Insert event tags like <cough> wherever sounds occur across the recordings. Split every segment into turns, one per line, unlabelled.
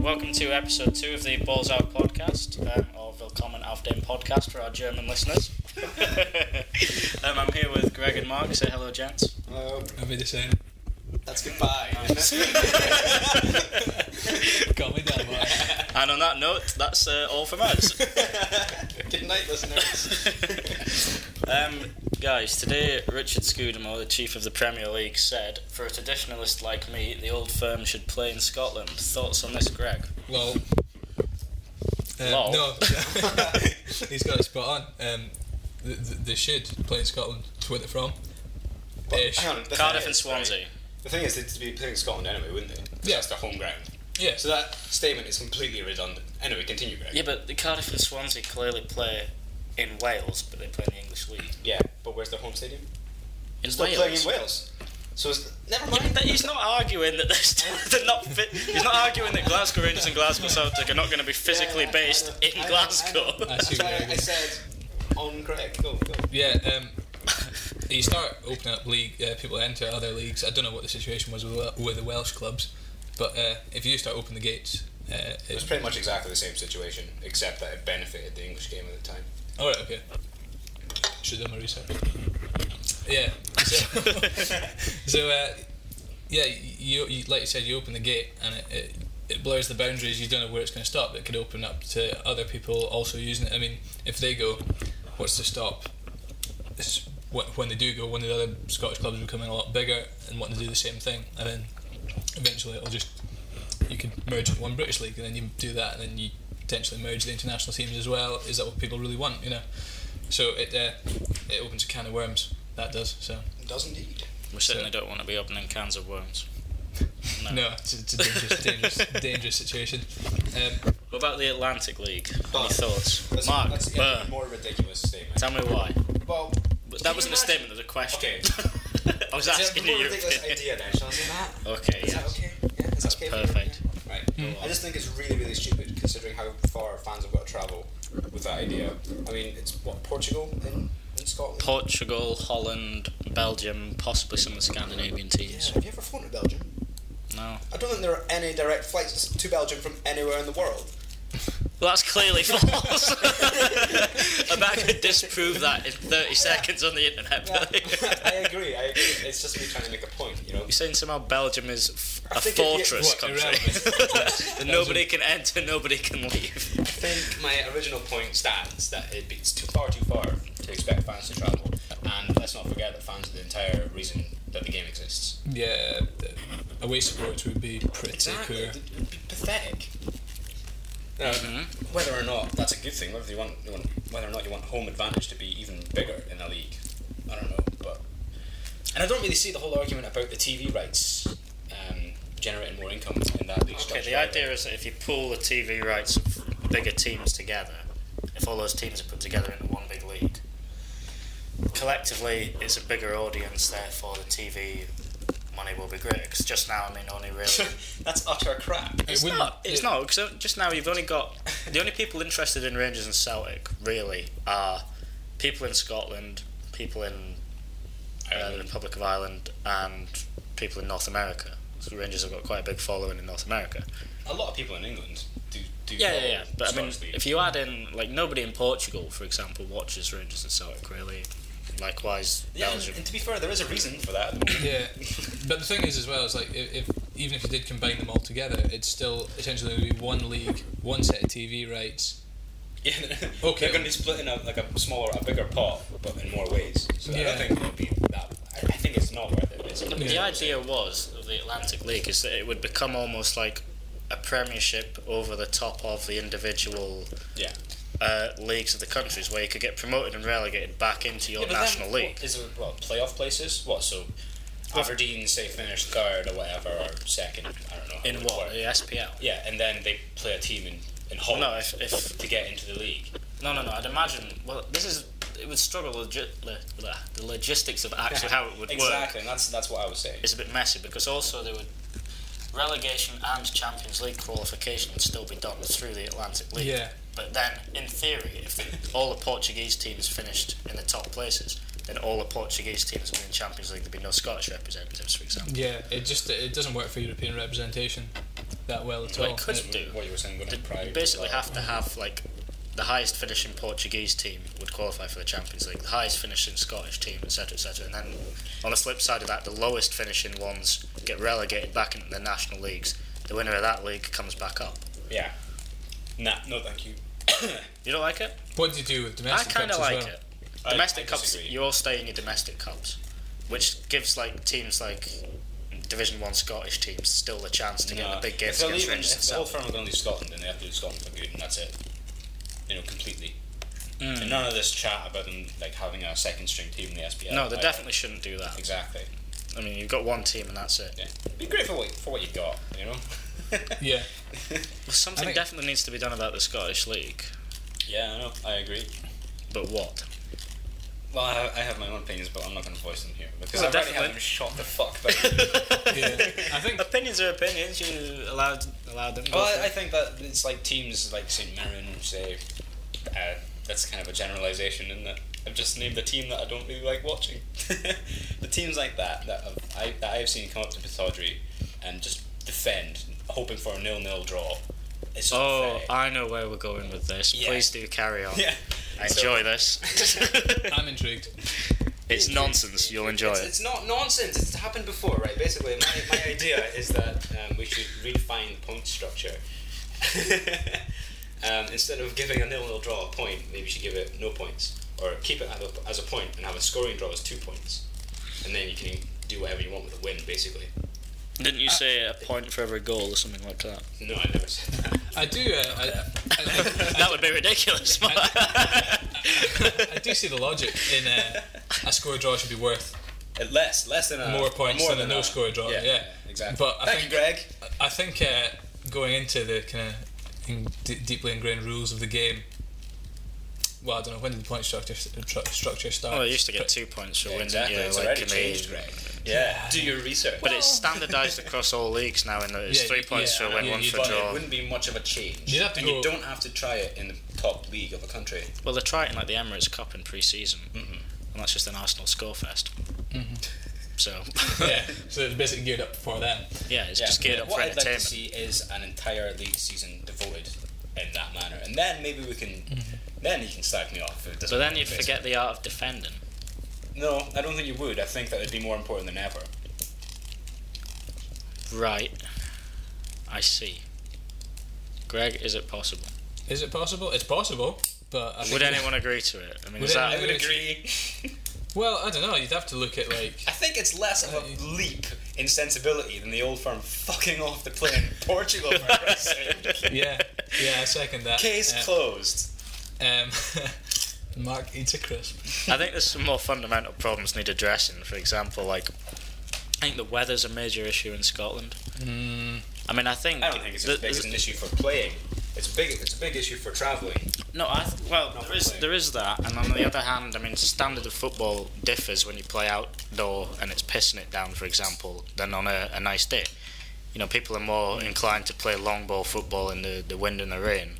welcome to episode two of the Balls Out podcast, um, or Willkommen auf dem Podcast for our German <laughs> listeners. um, I'm here with Greg and Mark. Say hello, gents.
Hello.
I'll be the same.
That's goodbye. <laughs>
Got me down, boy.
And on that note, that's uh, all from <laughs> us.
Good night, <laughs> listeners.
um, guys, today Richard Scudamore, the chief of the Premier League, said, "For a traditionalist like me, the old firm should play in Scotland." Thoughts on this, Greg?
Lol. Um,
Lol.
No, <laughs> he's got it spot on. Um, th- th- they should play in Scotland. It's where they're from.
But,
Ish.
hang on, the thing
Cardiff and
is, right,
Swansea.
the thing is, they'd be playing Scotland anyway, wouldn't they? 'Cause
Yeah.
That's their home ground.
Yeah.
So that statement is completely redundant. Anyway, continue, Greg.
Yeah, but the Cardiff and Swansea clearly play in Wales, but they play in the English league.
Yeah, but where's their home stadium?
In
They're
Wales.
playing in Wales. So it's, never
Yeah,
mind.
but he's not arguing that they're, still, <laughs> they're not. Fit, he's not arguing that Glasgow Rangers and Glasgow Celtic are not going to be physically
Yeah, I- I
based
know, I
in
know,
Glasgow.
I see
That's
where
why
you're
I
going.
said on Greg. Go, go.
Yeah. Um, you start opening up league. Uh, people enter other leagues. I don't know what the situation was with, Wel- with the Welsh clubs, but uh, if you start opening the gates, uh,
It was
it,
pretty much exactly the same situation, except that it benefited the English game at the time.
all right. Okay. Should have done my research. Yeah. So, <laughs> So uh, yeah, you, you like you said, you open the gate and it, it, it blurs the boundaries. You don't know where it's going to stop. It could open up to other people also using it. I mean, if they go, what's to stop? It's, wh- when they do go, one of the other Scottish clubs becoming a lot bigger and wanting to do the same thing, and then eventually it'll just you could merge with one British league, and then you do that, and then you potentially merge the international teams as well. Is that what people really want? You know, so it uh, it opens a can of worms. That does so.
It does indeed.
<laughs> We certainly don't want to be opening cans of worms. No.
No, it's, it's
<laughs>
a dangerous, dangerous, dangerous situation. Um,
What about the Atlantic League? Any
But-
thoughts,
That's,
Mark?
that's even
Burr,
more ridiculous statement.
tell me why.
Well,
But
can
that
you
wasn't a
imagine-
statement. It was a question. <laughs> I was
Is that
asking
more
you. your
ridiculous
opinion.
idea then? Shall I say that?
Okay.
Is that
Yeah.
okay? Yeah, is that okay for everyone?
perfect.
Yeah. Right. I just think it's really, really stupid considering how far fans have got to travel with that idea. I mean, it's what Portugal in, in Scotland.
Portugal, Holland, Belgium, possibly some of the Scandinavian
yeah.
teams.
Have you ever flown to Belgium?
No.
I don't think there are any direct flights to Belgium from anywhere in the
<laughs>
world.
Well, that's clearly <laughs> false. I bet I could disprove that in 30 seconds on the internet.
Yeah, <laughs> I
Billy.
agree. I agree. It's just me trying to make a point, you
<laughs>
know.
You're saying somehow Belgium is f-
I
a
think it- yeah,
fortress
what,
country.
irrelevant.
that nobody can enter, nobody can leave.
I think my original point stands that it, it's too far, too far to expect fans to travel, and let's not forget that fans are the entire reason that the game exists.
yeah, away supports would be pretty poor.
It'd be pathetic. You know,
Mm-hmm.
Whether or not that's a good thing, whether you want, you want, whether or not you want home advantage to be even bigger in the league, I don't know. But and I don't really see the whole argument about the TV rights um, generating more income in that league.
Okay,
structure
the idea is that if you pool the TV rights of bigger teams together, if all those teams are put together into one big league, collectively it's a bigger audience, therefore the TV money will be greater. 'Cause just now, I mean, only really.
<laughs> that's utter crap.
It's
wouldn't-
not. It's
it-
not because just now you've only got the only people interested in Rangers and Celtic really are people in Scotland, people in uh, the
Ireland.
Republic of Ireland, and people in North America. So Rangers have got quite a big following in North America.
A lot of people in England do do.
Yeah, yeah,
follow
yeah. But I mean,
Scottish league.
if you add in like nobody in Portugal, for example, watches Rangers and Celtic really. Likewise,
yeah, and,
Belgium.
and to be fair, there is a reason for that. At the moment.
Yeah, but the thing is, as well, is like if, if even if you did combine them all together, it's still essentially would be one league, one set of TV rights.
Yeah,
Okay.
They're going to be splitting up like a smaller, a bigger pot, but in more ways. So I
Yeah.
don't think it'll be that. I, I think it's not worth it. Basically.
The idea was of the Atlantic League is that it would become almost like a premiership over the top of the individual
Yeah.
uh, leagues of the countries, where you could get promoted and relegated back into your national league.
Is it well playoff places? What so? Aberdeen say finished third or whatever or second. I don't know. how
In
it
what
works.
the SPL?
Yeah, and then they play a team in in Holland
No, if, if
to get into the league.
no, no, no. I'd imagine. Well, this is it would struggle logi- le, le, the logistics of actually how it would work.
exactly, and that's that's what I was saying.
It's a bit messy because also there would relegation and Champions League qualification would still be done through the Atlantic League.
Yeah.
But then, in theory, if <laughs> all the Portuguese teams finished in the top places, then all the Portuguese teams would be in Champions League. There'd be no Scottish representatives, for example.
Yeah, it just it doesn't work for European representation. that well at
Well,
all.
it could
Uh,
do.
What you were saying,
They
winning pride.
you basically have to have like the highest finishing Portuguese team would qualify for the Champions League, the highest finishing Scottish team, etc., etc. And then on the flip side of that, the lowest finishing ones get relegated back into the national leagues. The winner of that league comes back up.
Yeah. Nah, no, thank you.
You don't like it?
What do you do with domestic
I kind
cups
of
as
like
well?
it.
I-
Domestic
I
cups,
disagree.
you all stay in your domestic cups, which gives like teams like Division One Scottish teams still the chance to get
Nah.
the big
If
games
they're
against
leaving,
Rangers
if
and
the whole
Celtic.
firm are going to leave Scotland, then they have to leave Scotland for good, and that's it. You know, completely.
Mm.
And none of this chat about them like having a second string team in the SPL.
No, they
like,
definitely shouldn't do that.
Exactly.
I mean, you've got one team and that's it.
Yeah. Be grateful for what, for what you got. You know. <laughs>
Yeah.
Well, something
I think-
definitely needs to be done about the Scottish League,
yeah, I know. I agree.
but <laughs> what?
Well, I have, I have my own opinions, but I'm not going to voice them here because
Well,
I've already had
definitely.
them shot the fuck.
<laughs>
Back.
Yeah. I think
opinions are opinions. You allowed allowed them.
Well, I, I think that it's like teams like St. Mirren, say, uh, that's kind of a generalization in that I've just named a team that I don't really like watching. <laughs> the teams like that that I've, I that I've seen come up to Pithawdry and just defend, hoping for a nil-nil draw. It's not
oh,
fair.
I know where we're going with this.
Yeah.
Please do carry on.
<laughs>
<laughs>
yeah,
I
So-
enjoy this.
I'm intrigued.
<laughs> it's nonsense. You'll enjoy
it's,
it.
It's not nonsense. It's happened before, right? Basically, my, my idea <laughs> is that um, we should redefine the point structure. <laughs> um, instead of giving a nil-nil draw a point, maybe we should give it no points, or keep it at a- as a point and have a scoring draw as two points, and then you can do whatever you want with a win, basically.
Didn't you say a point for every goal or something like that?
No, I never said that.
I do. Uh, I, I,
<laughs> that would be ridiculous.
<laughs> I do see the logic in uh, a score draw should be worth
Uh, Less, less than a
more points
more
than, a no
a-
score draw. Yeah,
exactly.
But I
Thank
think
you, Greg.
I think uh, going into the kind of in, d- deeply ingrained rules of the game. Well, I don't know when did the point structure tru- structure
<laughs>
start.
well, I used to get
But-
two points for
Yeah,
winning.
exactly.
you know,
it's
like
already
in the-
changed, Greg. Yeah, do your research.
But it's standardised across all leagues now, and it's
Yeah,
three
yeah,
points for a win,
yeah,
one
you
for
but
draw.
it wouldn't be much of a change.
You'd have to
and
go-
you don't have to try it in the top league of a country.
Well, they're trying like the Emirates Cup in pre-season,
Mhm.
and that's just an Arsenal scorefest.
Mm-hmm.
So <laughs>
<laughs>
yeah, so it's basically geared up for them.
yeah, it's
Yeah.
just geared up
what
for
I'd like to
entertainment.
see is an entire league season devoted in that manner, and then maybe we can.
Mm-hmm.
Then you can sack me off. If it doesn't
but then
work,
you'd forget the art of defending.
basically. No, I don't think you would. I think that would be more important than ever.
Right. I see. Greg, is it possible?
Is it possible? It's possible, but I think-
Would anyone agree to it? I mean,
Would
is
I
I
that
anyone-
would
would
agree.
Well, I don't know. You'd have to look at like
<laughs> I think it's less of a leap in sensibility than the old firm fucking off the plane in Portugal. For
<laughs>
Christ's
<laughs>
sake.
yeah, yeah. I second that.
Case
Uh,
closed.
Um, <laughs> Mark eats a crisp.
I think there's some more fundamental problems need addressing. For example, like I think the weather's a major issue in Scotland.
Mm,
I mean, I think
I don't think it's as
th-
big as an issue for playing. It's big. It's a big issue for traveling.
No, I th- well,
Not
there is
playing.
there is that, and on the other hand, I mean, standard of football differs when you play outdoor and it's pissing it down, for example, than on a, a nice day. You know, people are more
Mm.
inclined to play long ball football in the, the wind and the rain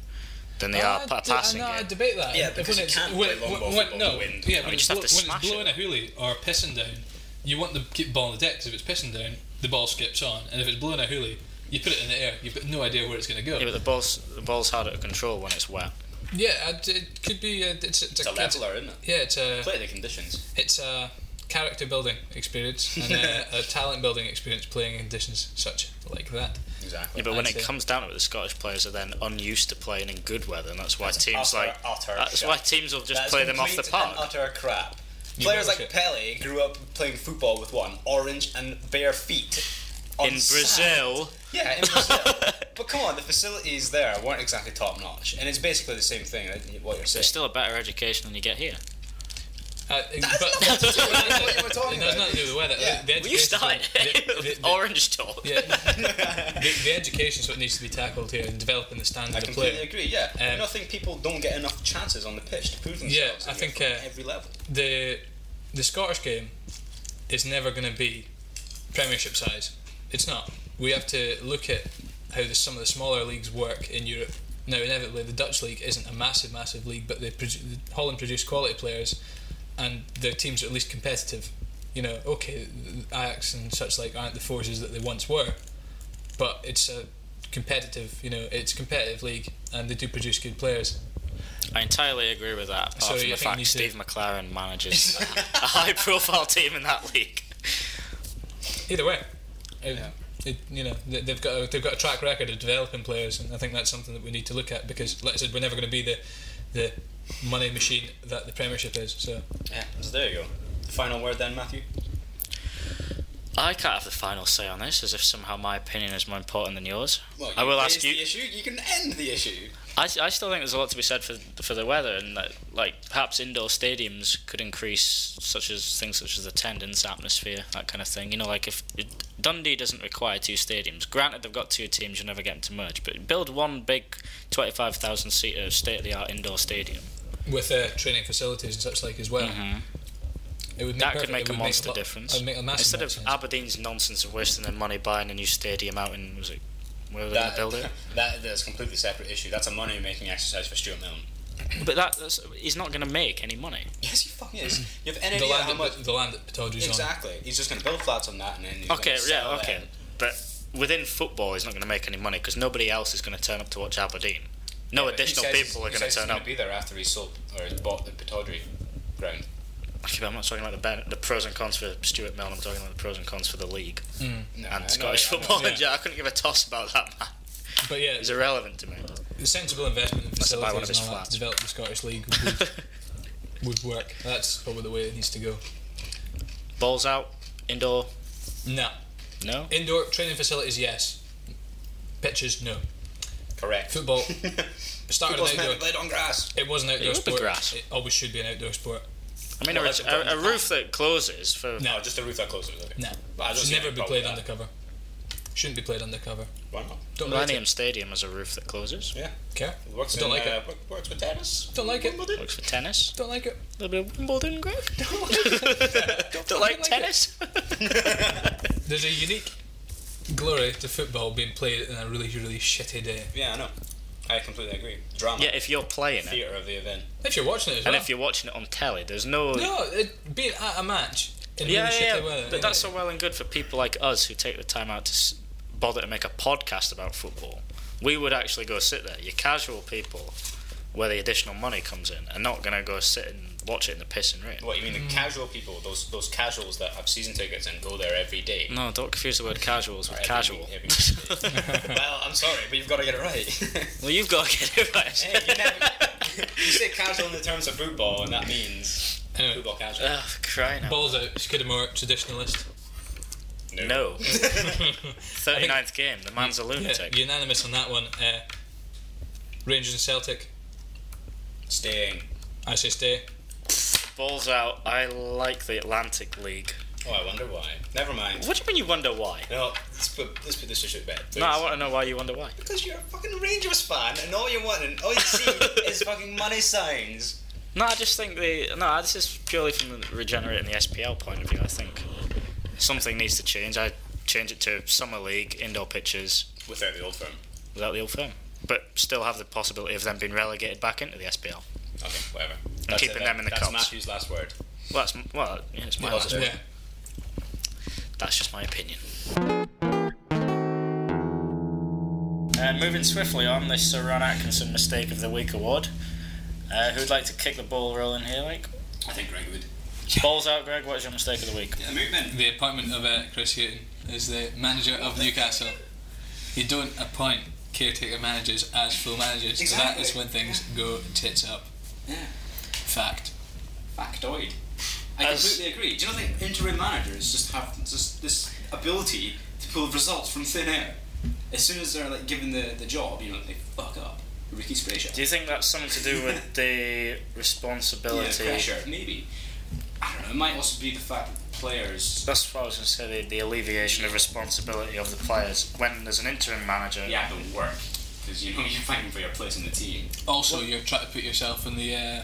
than they are pa-
I, d- I
passing
know, I
it.
debate that.
Yeah,
If
because you
it's-
can't
when,
play long
when-
ball
when-
football
no,
in the wind.
Yeah,
No,
when
you
it's,
just have
blow,
to
when
smash
it's blowing a hoolie or pissing down, you want the ki- ball on the deck 'cause if it's pissing down, the ball skips on, and if it's blowing a hoolie, you put it in the air. You've got no idea where it's going to go.
Yeah, but the ball's the ball's harder to control when it's wet.
Yeah, I d it could be. A, it's, a- it's,
It's a leveler, isn't it?
Yeah, it's a
Play the conditions.
it's a character building experience
<laughs>
and a, a talent building experience playing in conditions such like that.
Exactly.
Yeah, but when
I'd
it
say-
comes down to it, the Scottish players are then unused to playing in good weather, and that's why teams
utter,
like
utter
that's
shit.
why teams will just
That is
play them off the
complete
park.
and utter crap.
You
Players
watch
like
it.
Pele grew up playing football with one orange and bare feet. on
in Brazil,
sand. Yeah, in Brazil. <laughs> but come on, the facilities there weren't exactly top notch, and it's basically the same thing. uh, What you're
there's
saying.
still a better education than you get here.
Uh,
That's
<laughs> but-
not what to do with what you were
<laughs>
talking
It has
about.
nothing to do with the weather.
Yeah.
The
Will you start
education's what- the- the-
with
the-
orange talk? <laughs>
yeah,
<laughs>
the, the education's what needs to be tackled here and developing the standard
I
of
completely
play.
agree. Yeah, and
Um,
I think people don't get enough chances on the pitch to prove themselves.
Yeah,
in
I
here
think,
from
uh,
every level.
The the Scottish game is never going to be Premiership size. It's not. We have to look at how the, some of the smaller leagues work in Europe. Now, inevitably, the Dutch league isn't a massive, massive league, but they produ- Holland produce quality players, and their teams are at least competitive. You know, okay, Ajax and such like aren't the forces that they once were, but it's a competitive. You know, it's a competitive league, and they do produce good players.
I entirely agree with that. Apart
So
from
you
the
think
fact
you
Steve
should-
McLaren
<laughs>
manages a high-profile team in that league.
Either way, it,
Yeah.
it, you know they- they've got a, they've got a track record of developing players, and I think that's something that we need to look at because, like I said, we're never going to be the the money machine that the Premiership is. So
Yeah, so there you go. Final word then, Matthew.
I can't have the final say on this, as if somehow my opinion is more important than yours.
Well,
I will
raised
ask you.
The issue. You can end the issue.
I, I still think there's a lot to be said for for the weather, and that, like perhaps indoor stadiums could increase such as things such as attendance, atmosphere, that kind of thing. You know, like if Dundee doesn't require two stadiums. Granted, they've got two teams, you'll never get them to merge, but build one big twenty-five thousand seat state of the art indoor stadium.
with uh, training facilities and such like as well, it would make
Mm-hmm. That
perfect-
could make
it
a
would
monster
lot-
difference.
It would make a massive
Instead of
difference.
Aberdeen's nonsense of wasting their money buying a new stadium out in was it where were they going to build it?
<laughs> that that's a completely separate issue. That's a money making exercise for Stuart Milne. <laughs>
But that that's, he's not going to make any money.
Yes, he fucking is. You have any
the
idea how
land,
much?
at, the land at Pataudry's
Exactly. He's just going to build flats on that and then. He's gonna
Okay,
sell
yeah,
it.
okay. But within football, he's not going to make any money because nobody else is going to turn up to watch Aberdeen. No
Yeah, but he
additional
says he's-
people are
he
going to
says he's
turn up.
gonna Be there after he sold or he's bought the Pataudry ground.
<laughs> Okay, but I'm not talking about the, ben- the pros and cons for Stuart Milne. I'm talking about the pros and cons for the league
No, I
and
know-
Scottish
I know-
football.
yeah.
Yeah, I couldn't give a toss about that. Man.
on. But yeah,
He's irrelevant to me. <laughs>
the sensible investment in
Must buy one of
facilities
his
and all that
flats.
to develop the Scottish League would,
<laughs>
would work. That's probably the way it needs to go.
Balls out, indoor,
No.
no.
Indoor training facilities, yes. Pitches, no.
Correct. <laughs>
Football started
Football's
an
meant to be
outdoor.
played on grass.
It was an outdoor
was the
sport.
grass.
It always should be an outdoor sport.
I mean, a,
Well, that's
a, a
done.
roof that closes for
No.
No, Oh, just a roof that closes. Okay.
No.
Well, I don't
should
see
never
any
be
problem
played
with that.
undercover. Shouldn't be played undercover.
Why not?
Don't like
Millennium
it.
Stadium has a roof that closes.
Yeah.
Care.
It works
Don't
in,
like
uh,
it.
work- Works with tennis.
Don't like it.
Wimbledon.
Works for tennis.
<laughs>
Don't like it.
A little bit of Wimbledon, Greg. <laughs> Don't like
like it.
tennis. <laughs>
There's a unique glory to football being played in a really, really shitty day.
<laughs> Yeah, I know. I completely agree. Drama.
yeah, if you're playing it.
Theater of the event.
If you're watching it as
And
well.
if you're watching it on telly, there's no.
no, it, being at a match in
yeah,
really
yeah,
shitty weather.
yeah. But that's all well and good for people like us who take the time out to s- bother to make a podcast about football. We would actually go sit there. Your casual people, where the additional money comes in, are not going to go sit and watch it in the piss and rain.
What you mean? The casual people, those those casuals that have season tickets and go there every day.
No, don't confuse
<laughs>
the word casuals with
Or every
Mm. casual.
week, every
<laughs>
week. well, I'm sorry, but you've got to get it right. <laughs>
Well, you've got to get it right.
Hey, you, never, you say casual in the terms of football, and that means
Anyway,
football casual.
<laughs> Ugh, crying out.
balls out. Skidamore,
<laughs>
traditionalist.
No. 39th game. The man's a
Yeah,
lunatic.
unanimous on that one. Uh, Rangers and Celtic.
Staying.
I say stay.
Balls out. I like the Atlantic League.
Oh, I wonder why. Never mind.
What do you mean you wonder why?
No, let's put, let's put this to shit bed.
No, I
please.
want to know why you wonder why.
Because you're a fucking Rangers fan, and all you want and all
<laughs>
you see is fucking money signs.
No, I just think the no. This is purely from the regenerating the SPL point of view. I think something needs to change. I change it to summer league, indoor pitches,
Without the old firm.
without the old firm, but still have the possibility of them being relegated back into the SPL.
Okay, whatever. That's
keeping
it,
them in the
That's
cups.
Matthew's last word.
Well, that's m- well, yeah, it's my
Yeah,
last
that's
word.
Yeah.
That's just my opinion. Uh, moving swiftly on, this Sir Ron Atkinson Mistake of the Week award. Uh, who'd like to kick the ball rolling here, like?
I think Greg would.
Balls out, Greg. What's your mistake of the week?
The movement.
The appointment of uh, Chris Hughton as the manager of Newcastle. You don't appoint caretaker managers as full managers. That is
Exactly.
when things go tits up.
Yeah.
Fact.
Factoid. I
As-
completely agree. Do you not think interim managers just have just this ability to pull results from thin air? As soon as they're like given the, the job, you know, they fuck up. Ricky Sprayshaw.
Do you think that's something to do with
<laughs>
the responsibility?
Yeah, pressure, maybe. I don't know. It might also be the fact that the players.
That's what I was going to say the, the alleviation of responsibility of the players. When there's an interim manager,
Yeah, don't work because you know <laughs> you're fighting for your place in the team.
Also, you're trying to put yourself in the uh,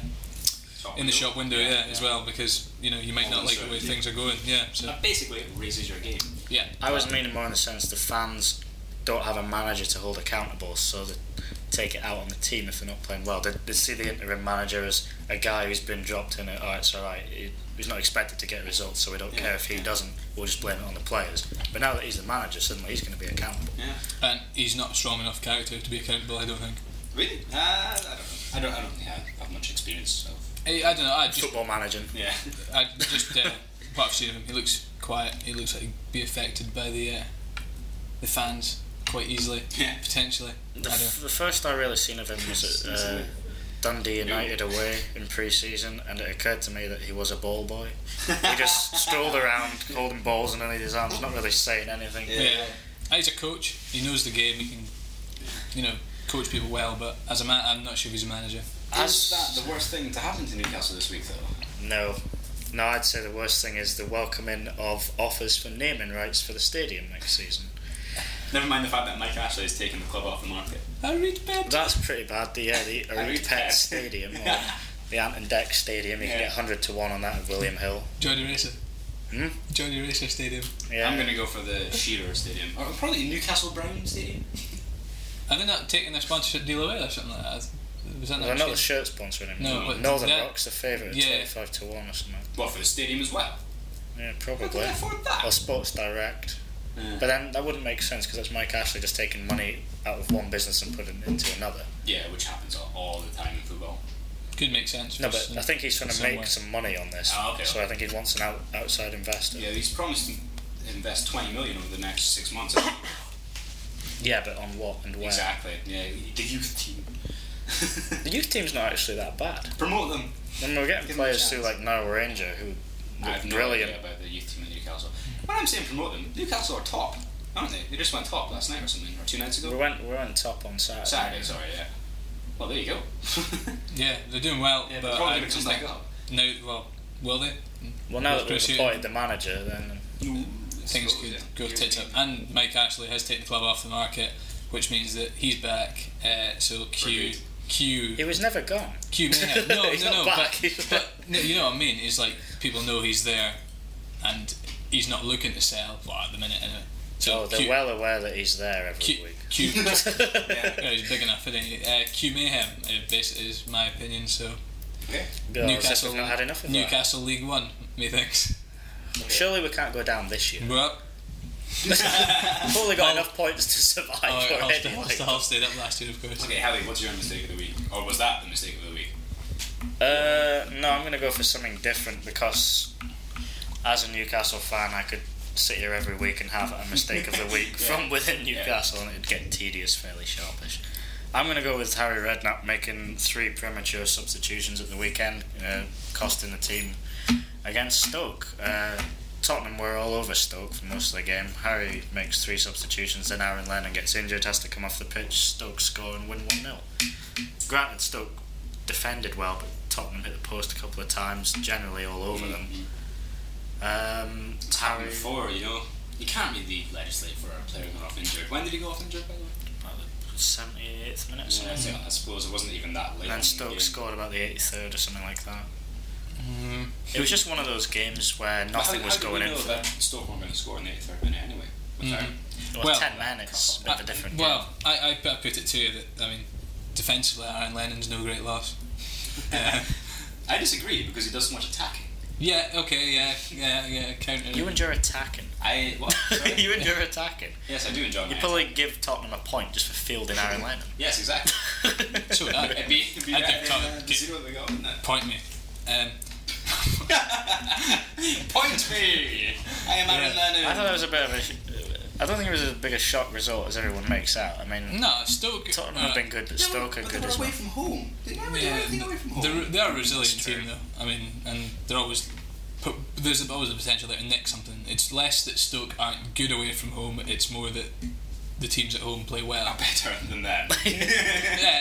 in the shop window, yeah, as well, because you know you might not like the way
Also,
things are going. Yeah. So
That basically it raises your game.
yeah.
I was meaning more in the sense the fans don't have a manager to hold accountable, so they take it out on the team if they're not playing well. They, they see the interim manager as a guy who's been dropped in it, oh, it's all right. He, he's not expected to get results, so we don't
Yeah.
care if he doesn't. We'll just blame it on the players. But now that he's the manager, suddenly he's going to be accountable.
Yeah.
And he's not a strong enough character to be accountable, I don't think.
Really? Uh, I don't know. I don't. I don't think I have much experience of.
I, I don't know, I just,
Football managing.
Yeah.
I just uh, <laughs> what I've seen of him, he looks quiet, he looks like he'd be affected by the uh, the fans quite easily,
<laughs> Yeah.
potentially. I
The,
don't know.
f- the first I really seen of him was at uh, Dundee United away in pre-season, and it occurred to me that he was a ball boy. He
<laughs>
<laughs>
just strolled around holding balls in his arms, not really saying anything.
Yeah.
Yeah. He's a coach. He knows the game. He can, you know, coach people well. But as a man, I'm not sure if he's a manager.
Is that the worst thing to happen to Newcastle this week, though?
No. No, I'd say the worst thing is the welcoming of offers for naming rights for the stadium next season.
Never mind the fact that Mike Ashley has taken the club off the market.
I read bad.
That's pretty bad. The, yeah,
<laughs>
the Arete
Arete.
Pet Stadium or
<laughs>
the Ant and Deck Stadium, you can
Yeah.
get 100 to 1 on that at William Hill.
Johnny Racer.
Hmm?
Johnny Racer Stadium.
Yeah.
I'm going to go for the Shearer Stadium, or probably Newcastle Brown Stadium.
Are they not taking their sponsorship deal away or something like that? Was that
They're
not?
not the
shit?
shirt sponsor anymore.
No, but
Northern
that-
Rock's the favourite at
Yeah.
25 to 1 or something.
Well, for the stadium as well.
Yeah,
How
probably.
can they afford that?
Or Sports Direct.
Yeah.
But then that wouldn't make sense because that's Mike Ashley just taking money out of one business and putting it into another.
Yeah, which happens all- all the time in football.
Could make sense.
No,
for
but
some-
I think he's trying to
some
make
way.
some money on this.
Ah, okay,
so
okay.
I think he wants an out, outside investor.
Yeah, he's promised to invest 20 million over the next six
<coughs>
months. I think.
Yeah, but on what and where?
exactly. Yeah, the youth
<laughs>
team.
The youth team's not actually that bad.
Promote them.
When we're getting
Give them a
players through
chance.
like Noel Ranger, who
I
look
have no
brilliant.
idea about the youth team at Newcastle. When I'm saying promote them, Newcastle are top, aren't they? They just went top last night or something, or two nights
we
ago.
went we went top on Saturday.
Saturday, sorry, yeah. Well, there you go.
Yeah, they're doing well.
yeah, <laughs>
but
but probably
I
going to come
just
back <laughs>
think
up.
now, well, will they?
Well, now that we've
Appreciate it.
appointed the manager, then
Mm,
Things could go tits up. And Mike Ashley has taken the club off the market, which means that he's back. Uh, so Q.
Renewed.
Q
he was never gone. <laughs>
Q Mayhem. No,
He's
no,
not
no.
back.
But, but no, you know what I mean? It's like people know he's there, and he's not looking to sell. Well, at the minute, anyway. So
Oh, they're
Q,
well aware that he's there every
Q,
week. <laughs>
<laughs>
Q,
Yeah.
no, he's big enough for it. Uh, Q Mayhem, uh, basically, is my opinion. So
Okay. <laughs>
Girls,
Newcastle,
if Oh, we've not had enough of
Newcastle League One, methinks.
that. Surely we can't go down this year.
Well,
We've only got
Well-
enough points to survive
oh,
already. like-
Halstead, Halstead, Halstead up last year, of course.
Okay, Hallie, what's your mistake of the week? Or was that the mistake of the week?
Uh, no, I'm going to go for something different because, as a Newcastle fan, I could sit here every week and have a mistake of the week
Yeah.
from within Newcastle, and it'd get tedious fairly sharpish. I'm going to go with Harry Redknapp making three premature substitutions at the weekend, uh, costing the team against Stoke. Uh, Tottenham were all over Stoke for most of the game. Harry makes three substitutions, then Aaron Lennon gets injured, has to come off the pitch. Stoke score and win 1 0. Granted, Stoke defended well, but Tottenham hit the post a couple of times, generally all over them. Um,
Harry.
Harry,
Mm, Before, you know, you can't really legislate for a player going off injured. When did he go off injured, by the way?
about the 78th minute or
So I,
something.
think- I suppose it wasn't even that
And
late. in
then
the
Stoke
game.
Mm. scored about the 83rd or something like that.
Mm,
It was just one of those games where
But
nothing
how,
was
how did
going
we
in
know
for Mm. them.
that Stoke weren't going to score in the 83rd minute anyway. Without-
Mhm.
Well,
Well,
10 men, it's a bit
uh,
of a different game.
Well, I, I, I put it to you that, I mean, defensively, Aaron Lennon's no great loss. Uh,
<laughs> I disagree because he does so much attacking.
yeah, okay, yeah, yeah, yeah, counter.
You enjoy attacking.
<laughs> I
<laughs>
what? Sorry?
you enjoy attacking.
yes, I do enjoy.
You
my
probably give Tottenham a point just for fielding Aaron
<laughs>
Lennon.
Yes, exactly.
So would I.
uh, It'd <laughs> be, it'd be
I'd
right
give
there,
Tottenham-
uh, to see what they got, wouldn't it?
Point me. Um,
<laughs> Point me. I am Aaron
Yeah.
Lennon.
I thought it was a bit of a. Sh- I don't think it was as big a shock result as everyone makes out. I mean,
no, Stoke.
Tottenham
uh,
have been good, but
No,
Stoke are
but
good
they were
as
away
well.
from home. They never do
Yeah,
anything away from home.
they're, they're a resilient
It's
team,
true.
though. I mean, and they're always. Put, there's always a potential there to nick something. It's less that Stoke aren't good away from home, it's more that the teams at home play well.
Are better than them.
<laughs>
Yeah,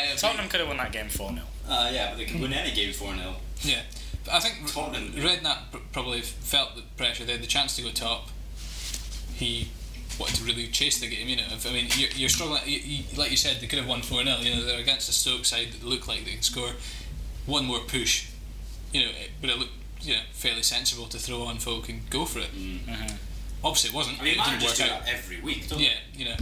yeah,
Tottenham could have won that game 4 0.
uh, yeah, but they can win any game four 0
Yeah, but I think
Tottenham.
Redknapp pr- probably felt the pressure. They had the chance to go top. He wanted to really chase the game. You know, if, I mean, you're, you're struggling. You, you, like you said, they could have won four 0 You know, they're against a Stoke side that look like they can score. One more push, you know, it would have looked you know fairly sensible to throw on folk and go for it. Obviously, it wasn't.
Mm. I mean,
it didn't
managers
work
do
out.
that every week, don't
Yeah, you know,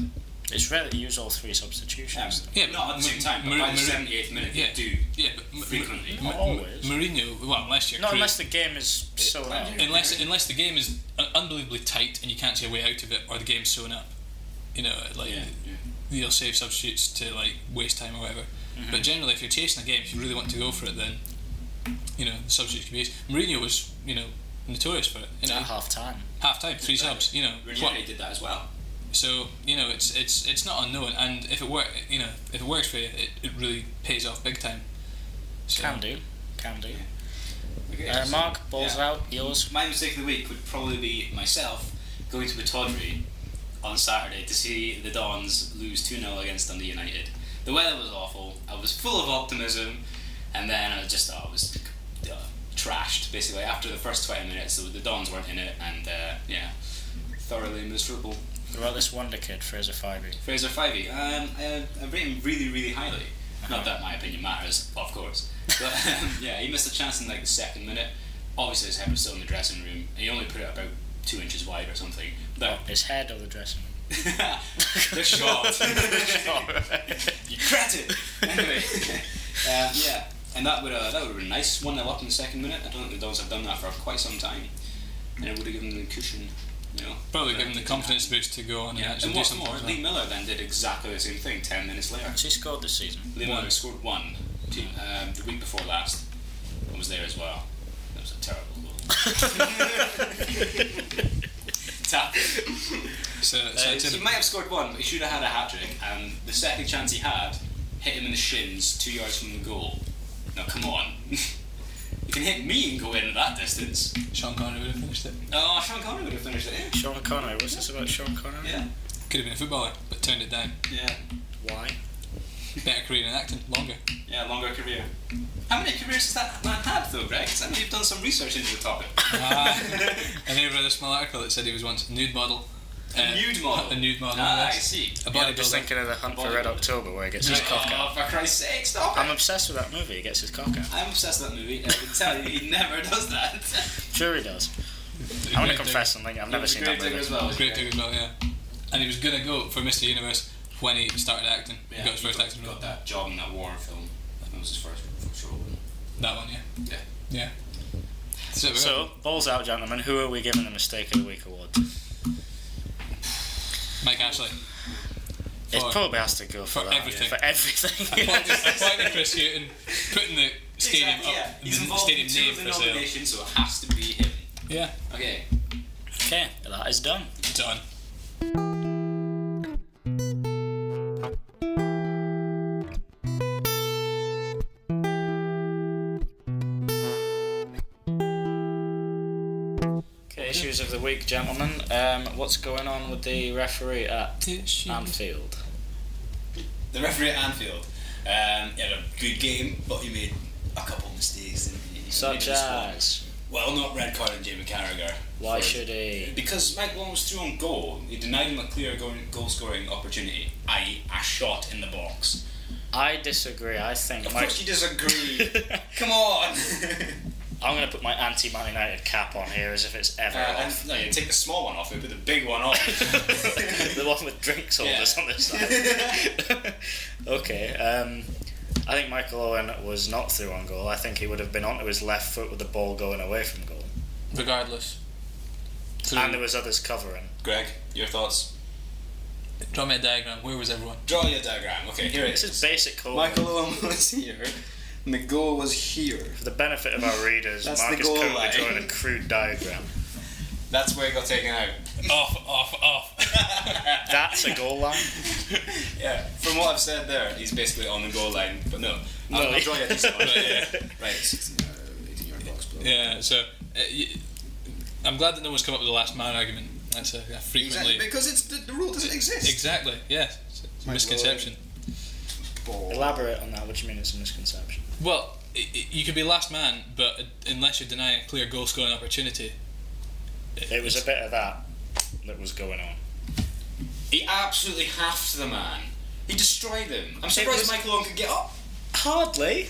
It's rare that you use all three substitutions.
Yeah,
Yeah,
not at the same
M-
time, but
Mar-
by the
Mar-
78th minute,
Yeah.
you do.
Yeah, but M-
Frequently.
M-
Not
M-
always.
Mourinho, well, unless you're
Not
crazy.
unless the game is so out.
unless unless the game is un- unbelievably tight and you can't see a way out of it, or the game's sewn up. You know, like
Yeah, yeah.
you'll save substitutes to like waste time or whatever.
Mm-hmm.
But generally, if you're chasing a game, if you really want to go for it, then you know the substitutes can be used. Mourinho was you know notorious for it. You know,
Ah.
At half time.
half time, three subs. You know, what-
Ranieri did that as well.
so you know it's it's it's not unknown, and if it work, you know, if it works for you, it, it really pays off big time. So,
Can do. Can do.
Okay,
Uh,
so-
Mark, balls
yeah.
out, yours.
My mistake of the week would probably be myself going to Pataudry on Saturday to see the Dons lose 2 0 against Dundee United. The weather was awful, I was full of optimism, and then I just I was uh, trashed basically after the first 20 minutes. So the Dons weren't in it, and uh, yeah, thoroughly miserable.
What about this wonder kid, Fraser Fivey?
Fraser Fivey, um, I, I rate him really, really highly. Not that my opinion matters, of course. But <laughs> um, yeah, he missed a chance in like the second minute. Obviously, his head was still in the dressing room, and he only put it about two inches wide or something. But <laughs>
His head or the dressing room?
they're
<laughs>
<laughs> shot. you cretin.
<laughs>
Anyway, <laughs> um, yeah, and that would uh, that would have been nice. One 0 up in the second minute. I don't think the Dons have done that for quite some time, and it would have given them the cushion. You know,
probably give him the confidence boost to go on and
Yeah,
actually
and
do
what's
something.
more,
as well.
Lee Miller then did exactly the same thing ten minutes later.
Has he scored this season?
Leonardo scored one two, um, the week before last. I was there as well. That was a terrible goal. <laughs> Tap.
So, so
Uh,
it's
he might have scored one, but he should have had a hat trick. And the second chance he had, hit him in the shins two yards from the goal. Now come on. <laughs> you can hit me and go in at that distance.
Sean Connery would have finished it.
Oh, Sean Connery would have finished it. eh?
Sean Connery. What's this about Sean Connery?
Yeah.
Could have been a footballer, but turned it down.
Yeah.
Why?
Better career in acting, longer.
Yeah, longer career. How many careers has that man had though, Greg? 'Cause I know you've done some research into the topic.
Ah, I think I read a small article that said he was once a nude model.
A
Uh,
nude model.
A nude model.
Ah, I
yes.
see.
A
Yeah, I'm just
bodybuilder.
thinking of the Hunt for Red October where he gets his cock out.
Oh, for Christ's sake, stop it!
I'm obsessed with that movie. He gets his cock out.
I'm obsessed with that movie, and I can tell you, he <laughs> never does that.
Sure he does. I want to confess something. I've never seen that
Great digger as
movie.
well.
Great digger as well, yeah. And he was gonna go for Mr. Universe when he started acting.
Yeah,
he got his first acting role.
got that job in that war film. That was his first first role.
That one, yeah.
Yeah.
Yeah. So,
So, balls out, gentlemen. Who are we giving the Mistake of the Week award? to?
Mike Ashley.
It
For-
probably has to go for,
for
that, yeah.
everything.
For
<laughs>
everything.
Appointed appointed Chris Hewton, putting the stadium
Exactly, yeah.
up, the
He's involved
stadium
in two
name
of the
for sale.
nominations, so it has to be him.
Yeah,
Okay.
<laughs> okay, that is done.
done.
Okay, issues of the week, gentlemen. Um, what's going on with the referee at Um, Anfield?
The referee at Anfield. Um, he had a good game, but he made a couple mistakes. didn't he? He made
Such
his squad.
as,
Well, not red carding Jamie Carragher.
why
for-
should he?
Because Mike Long was through on goal. He denied him a clear goal, goal scoring opportunity, i.e., a shot in the box.
I disagree. I think
Of
Mike.
course you disagree. <laughs> Come on!
I'm going to put my anti Man United cap on here as if it's
Uh,
ever off.
and, <laughs> no, you take the small one off, you put the big one <laughs> off.
<laughs> the one with drinks holders
Yeah.
on the side. <laughs> okay, um, I think Michael Owen was not through on goal. I think he would have been onto his left foot with the ball going away from goal.
Regardless. So,
And there was others covering.
Greg, your thoughts?
draw me a diagram. Where was everyone?
Draw your diagram. Okay, here it
This
is.
is basic call.
Michael Owen was here. McGoal was here.
For the benefit of our readers,
That's the
Marcus
goal
Coatley
line.
drawing a crude diagram.
That's where he got taken out.
off,
<laughs>
off, <laughs> off.
That's a goal line.
<laughs> Yeah, from what I've said there, he's basically on the goal line. But no,
No.
I'll, I'll draw you a decent <laughs> one.
Right, yeah.
Right, 16 uh, 18 yard box. blah, blah,
yeah. So, uh, y- I'm glad that no one's come up with the last man argument. That's a, a frequently.
Exactly, because it's the, the rule doesn't exist.
Exactly. Yeah. It's a
My
misconception.
Ball.
Elaborate on that. What do you mean it's a misconception?
Well, i i you could be last man, but unless you're denying a clear goal scoring opportunity,
It was a bit of that that was going on.
He absolutely halved the man. He destroyed him. I'm surprised
was-
Michael Owen could get up. <laughs>
Hardly.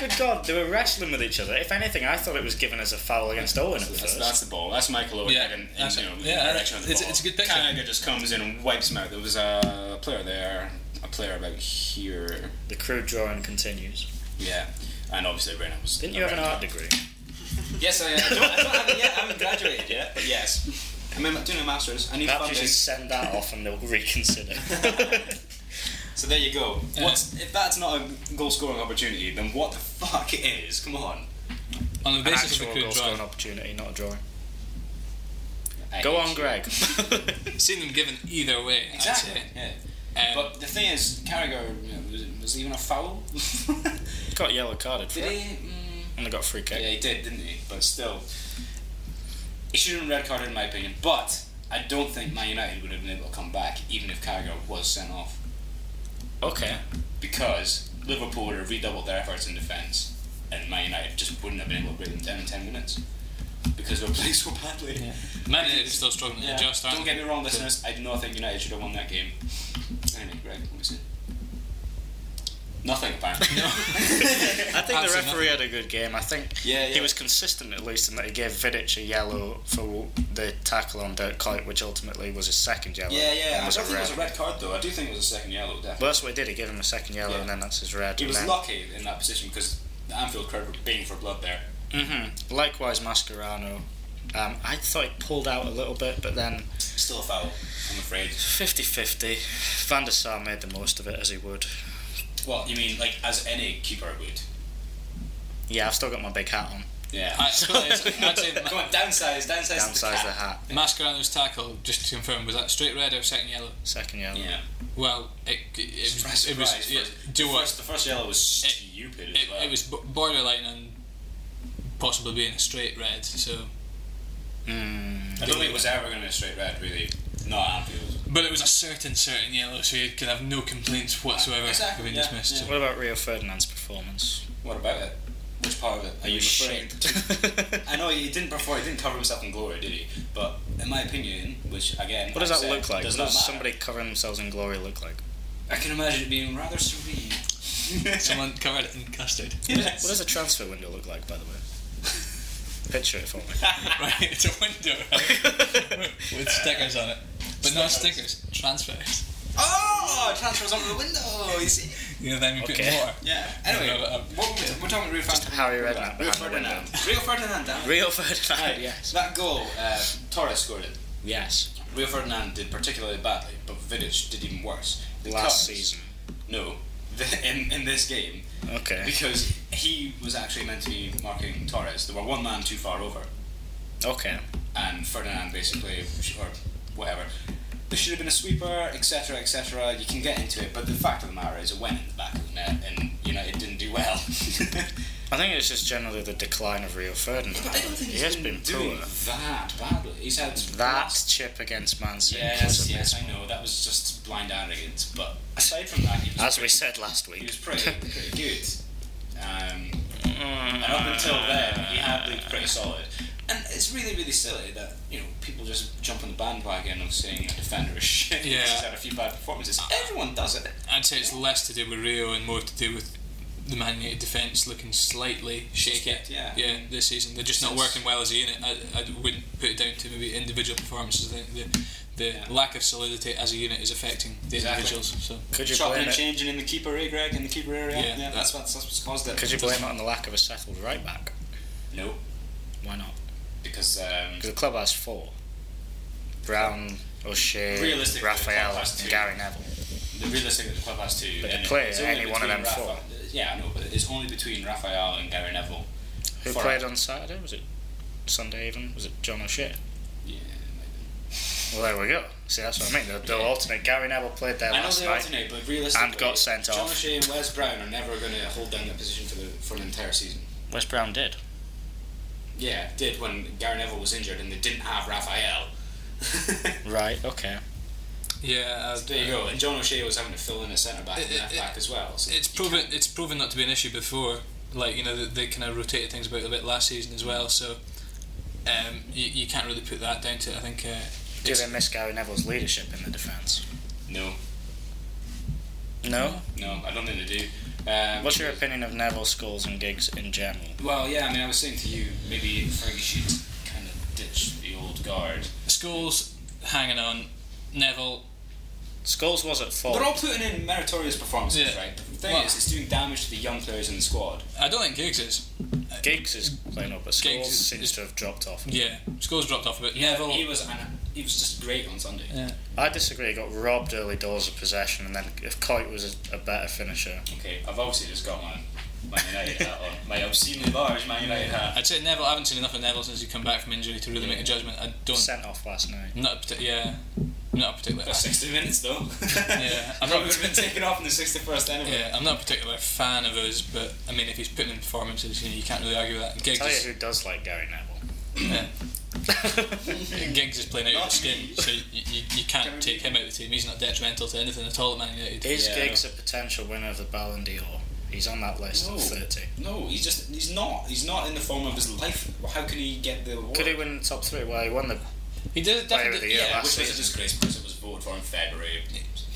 Good God, they were wrestling with each other. If anything, I thought it was given as a foul against Owen at
That's,
first.
that's the ball. That's Michael Owen
Yeah,
yeah, in,
that's
you know,
it.
the
Yeah,
direction of the
it's-
ball.
it's a good picture.
Kind of just comes in and wipes him out. There was a player there, a player about here.
The crude drawing continues.
Yeah, and obviously Renan was.
Didn't you have an art
<laughs>
degree?
Yes, I, I, don't, I don't have it yet. I haven't graduated yet, but yes. I'm in- doing a master's. I
<laughs>
need
Perhaps you
funding.
should send that off and they'll
<laughs>
reconsider.
So there you go. What's, if that's not a goal scoring opportunity, then what the fuck it is? Come on.
On the
An
basis of
actual
a good
goal scoring
draw,
opportunity, not a drawing.
I
Go
hate
on,
you.
Greg.
<laughs>
seen them given either way. I'd
Exactly.
say.
Yeah.
Um,
But the thing is, Carragher you know, was, it, was it even a foul? <laughs>
got yellow carded for
Did
it.
he? Mm,
And they got a free kick.
Yeah, he did, didn't he? But still, he should have been red carded in my opinion. But I don't think Man United would have been able to come back even if Carragher was sent off
Okay.
because Liverpool would have redoubled their efforts in defence and Man United just wouldn't have been able to break them down in ten minutes because they were playing so badly.
Man United are still struggling to
Yeah.
adjust, aren't
Don't
they?
get me wrong, listeners. I do not think United should have won that game. Anyway, Greg, what was it? Nothing apparently.
I think the
Absolutely
referee had a good game. I think
<laughs> Yeah, yeah.
he was consistent at least in that he gave Vidic a yellow for the tackle on Dirk Kuyt, which ultimately was his second yellow.
yeah, yeah.
and
I
was a
don't think it was
red.
a red card though. I do think it was a second yellow. Definitely.
Well, that's what he did. He gave him a second yellow,
Yeah.
and then that's his red.
He was lucky in that position because the Anfield crowd were baying for blood there.
hmm Likewise, Mascherano. Um, I thought he pulled out a little bit, but then
Still a foul, I'm afraid.
50-50. Van der Sar made the most of it as he would.
Well, you mean like as any keeper would?
Yeah, I've still got my big hat on.
Yeah.
I-
<laughs>
so it's- <laughs> I'd say
Come on, downsize, downsize,
Downsize
the
the hat.
cap.
Mascherano's tackle, just to confirm, was that straight red or second yellow?
Second yellow.
Yeah.
Well, it, it,
Surprise,
was. It was
surprise.
yeah, do
the
what?
First, the first yellow was stupid as
It,
well.
it was b- borderline and possibly being a straight red. So,
Mm.
I don't think it was ever going to be a straight red, really. Not at Anfield.
but it was a certain certain yellow, so you could have no complaints whatsoever
Exactly,
being
yeah,
dismissed.
yeah.
What about Rio Ferdinand's performance?
What about it? Which part of it are you referring to?
Shit.
I know he didn't before. He didn't cover himself in glory, did he? But in my opinion, which
<laughs>
again,
What does
I've
that
said,
look like?
Does
What
not
does
matter.
somebody covering themselves in glory look like?
I can imagine it being rather
<laughs>
serene.
Someone covered it in custard. <laughs>
What
<laughs>
does a transfer window look like, by the way? Picture it for
<laughs>
right, it's a window
me.
with stickers on it, but not stickers, transfers.
Oh, transfers over the window. You see?
You know, then we put
Okay.
more.
Yeah. Anyway,
Yeah, but, um,
what were we we're talking about Rio Ferdinand.
Harry Redknapp
Rio
behind the
Ferdinand. Rio Ferdinand. damn
<laughs>
it.
Rio Ferdinand,
Right,
yes.
That goal, uh, Torres scored it.
Yes.
Rio Ferdinand did particularly badly, but Vidic did even worse. The
Last
colours-
season.
No, <laughs> the, in in this game
Okay.
because he was actually meant to be marking Torres. They were one man too far over,
Okay.
and Ferdinand basically or whatever. There should have been a sweeper, etc., etc. You can get into it, but the fact of the matter is, it went in the back of the net, and you know it didn't do well. <laughs>
I think it's just generally the decline of Rio Ferdinand.
But I don't think
he
he's
has
been,
been
doing
poor.
that badly. He's had
That chip against Man City. was
Yes,
a-
yes, I know. That was just blind arrogance. But aside from that, he was,
As we said last
he
week. <laughs>
was pretty, pretty good. Um, and up until
Uh,
then, he had looked pretty solid. And it's really, really silly that you know people just jump on the bandwagon of saying a defender is <laughs> shit. because
Yeah.
he's had a few bad performances.
Ah.
Everyone does it.
I'd say it's less to do with Rio and more to do with the Man United defence looking slightly shaky.
Yeah.
Yeah, this season they're just not working well as a unit. I, I wouldn't put it down to maybe individual performances. I think the the
Yeah.
lack of solidity as a unit is affecting the
Exactly.
individuals. So
Could you
Chopping
blame
and
it?
changing in the keeper area, Greg, in the keeper area.
Yeah.
that's, what, that's what's caused it.
Could you blame it on the lack of a settled right back?
No,
Why not?
because um,
Because the club has four: Brown, O'Shea,
Realistically, the
Raphael,
club has
and
two.
Gary Neville.
The realistic that the club has to.
But they
and
play
it's only
any one of them
between Rafa- Yeah, I know, but it's only between Raphael and Gary Neville.
Who
for-
played on Saturday? Was it Sunday even? Was it John O'Shea?
Yeah,
Well, there we go. See, that's what I mean. They'll, they'll alternate. Gary Neville played there
I know
last
they
night.
alternate, but realistically,
And got sent
John
off.
O'Shea and Wes Brown are never going to hold down that position for the for an entire season.
West Brown did.
Yeah, did when Gary Neville was injured and they didn't have Raphael. <laughs>
Right. Okay.
yeah,
there you go. And John O'Shea was having to fill in a centre back and
It- it-
left back as well. So
it's proven it's proven not to be an issue before. Like you know, they, they kind of rotated things about a bit last season as well. So um, you, you can't really put that down to. it. I think uh,
Do they miss Gary Neville's leadership in the defence?
no,
No.
no, I don't think they do. Um,
What's your opinion of Neville schools and gigs in general?
Well, yeah, I mean, I was saying to you, maybe Fergie should kind of ditch the old guard.
Schools hanging on. Neville.
Scholes was at fault.
They're all putting in meritorious performances,
Yeah.
right? The thing
Well-
is, it's doing damage to the young players in the squad.
I don't think Giggs is.
Giggs is playing up, but Scholes
Giggs is-
seems
is-
to have dropped off.
Yeah, Scholes dropped off a bit. Neville.
He was, an, he was just great on Sunday.
yeah.
I disagree. He got robbed early doors of possession, and then if Coit was a, a better finisher,
Okay, I've obviously just got my Man United hat on, my obscenely large Man United hat.
I'd say Neville. I haven't seen enough of Neville since he come back from injury to really make a judgment. I don't.
sent off last night.
Not a partic- yeah. Not a particular.
For 60 minutes though. <laughs>
Yeah, I'm
I
not-
would have been taken off in the 61st anyway.
Yeah, I'm not a particular fan of his, but I mean, if he's putting in performances, you, know, you can't really argue with that. Giggs,
Tell you
is,
who does like Gary Neville.
yeah, <laughs> Giggs is playing out of
Not
the skin,
me.
so you, you, you can't take him out of the team. He's not detrimental to anything at all at Man United.
Is
Yeah.
Giggs a potential winner of the Ballon d'Or? He's on that list
No.
of thirty.
No, he's just, he's not. He's not in the form of his life. How can he get the award?
Could he win the top three? Well, he won the.
He did
Player of the
definitely,
Year
yeah,
last
Which was a
season.
disgrace because it was voted for in February.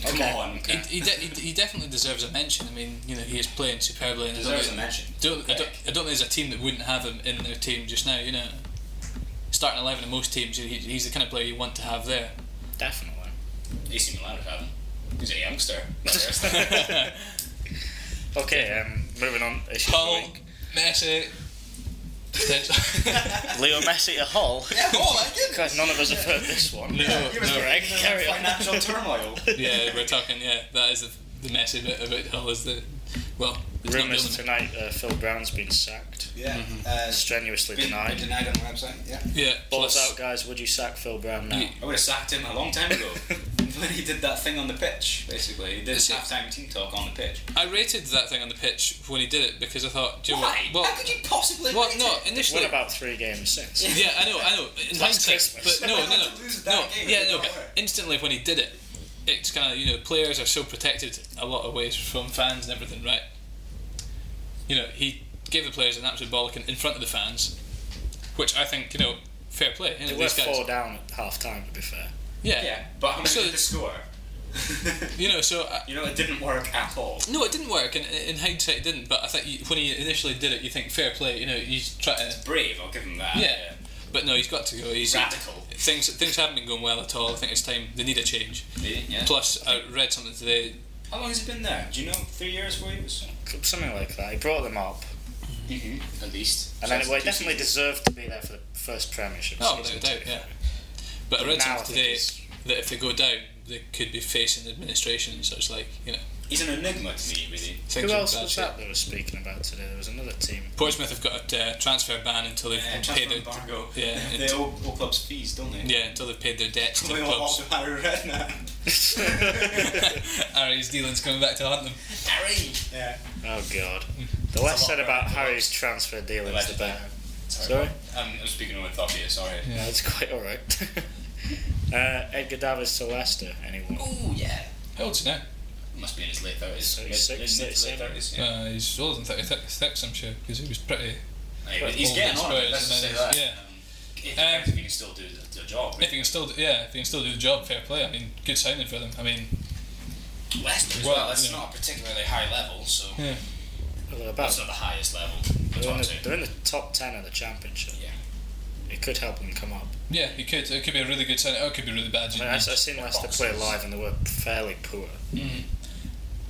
Come
Okay.
on.
Okay.
He, he, de- he, he definitely deserves a mention. I mean, you know, he is playing superbly. And I don't
Deserves a
think-
mention.
Don't, I, don't, I don't think there's a team that wouldn't have him in their team just now. You know, starting eleven in most teams, he, he's the kind of player you want to have there. <laughs>
Definitely.
AC Milan have had him. He's a youngster.
<laughs> Okay, um, moving on. Issue of the
Paul,
week.
Messi, potential.
<laughs>
Leo Messi to Hull.
yeah, oh my goodness.
God, none of us have heard this one.
No,
He was
no.
Greg,
in the
carry on.
financial
<laughs>
turmoil.
<laughs> yeah, we're talking. Yeah, that is the, the messy bit about Hull is the well, it's not
Rumours
building.
tonight uh, Phil Brown's been sacked.
Yeah. Uh,
Strenuously
been been
denied.
denied on the website. Yeah.
Yeah,
Balls
plus-
out, guys. Would you sack Phil Brown now? <laughs>
Yeah.
I would have sacked him a long time <laughs> ago. but he did that thing on the pitch, basically. He did
Is he-
halftime team talk on the pitch.
I rated that thing on the pitch when he did it because I thought, do you know
Why?
what?
How could you possibly
Well,
rate
well, no,
it?
initially.
Won about three games since.
Yeah, I know,
<laughs>
I know. In
Last
hindsight,
Christmas.
but no, no,
Why
no,
not lose that
no.
game?
Yeah, no.
It's
But
not work.
instantly when he did it, it's kind of you know players are so protected a lot of ways from fans and everything, right? You know, he gave the players an absolute bollocking in front of the fans, which I think you know, fair play. You know,
They were
these guys.
four down at half time, to be fair.
Yeah, but how much
So-
did the score? <laughs>
You know, so I,
you know, it didn't work at all.
No, it didn't work, and in hindsight, it didn't. But I think you, when he initially did it, you think fair play. You know, he's try to.
Brave, I'll give him that.
Yeah, but no, he's got to go. He's
Radical.
Things things haven't been going well at all. I think it's time they need a change.
Yeah. yeah.
Plus, I read something today.
How long has he been there? Do you know? Three years, four years?
Something like that. He brought them up,
Mm-hmm. At least.
and then well, he definitely deserved to be there for the first Premiership
Oh,
season.
without a doubt,
to be
yeah.
fair.
But I read
Now I
something
think
today
he's-
that if they go down, they could be facing administration and such like you know.
He's an enigma to me, really.
Things
Who
are
else
bad
was
shape.
that that was speaking about today? There was another team.
<laughs>
<laughs>
Portsmouth have got a uh, transfer ban until they've
Yeah,
paid
transfer
their
embargo.
yeah,
<laughs> they
it-
owe all clubs fees, don't <laughs> they?
yeah until they've paid their debts to the
Something like
clubs.
also Harry Redknapp.
<laughs>
<laughs> Harry's dealings coming back to haunt them.
Harry. Yeah.
Oh God. The less
lot
said about
better.
Harry's transfer dealings, the better. Sorry?
Um, I was speaking with Thopia, sorry.
Yeah, it's quite all right. <laughs> uh, Edgar Davids to Leicester. Anyone?
Oh, yeah.
How old's he now?
Must be in his late 30s. Mid-
36,
mid- mid- late
37.
30s, yeah.
Uh, he's older than 36, I'm sure, because he was pretty.
Hey,
Well,
he's
all
getting
these
on,
players,
let's just say
and
that.
then he's-
Um, it depends if he can still do the, the job.
If he can still, do, yeah, if he can still do the job, fair play. I mean, good signing for them. I mean,
Leicester as
Well,
well, that's
yeah.
not a particularly high level, so
yeah,
Well, they're
that's
about.
not the highest level. That's
They're
what
in,
I'm
the,
saying.
they're in the top ten of the championship.
Yeah.
It could help them come up.
yeah, he could. It could be a really good signing. Or it could be really bad.
I
You
mean,
know,
I, have seen Leicester play
boxes.
live, and they were fairly poor.
Mhm.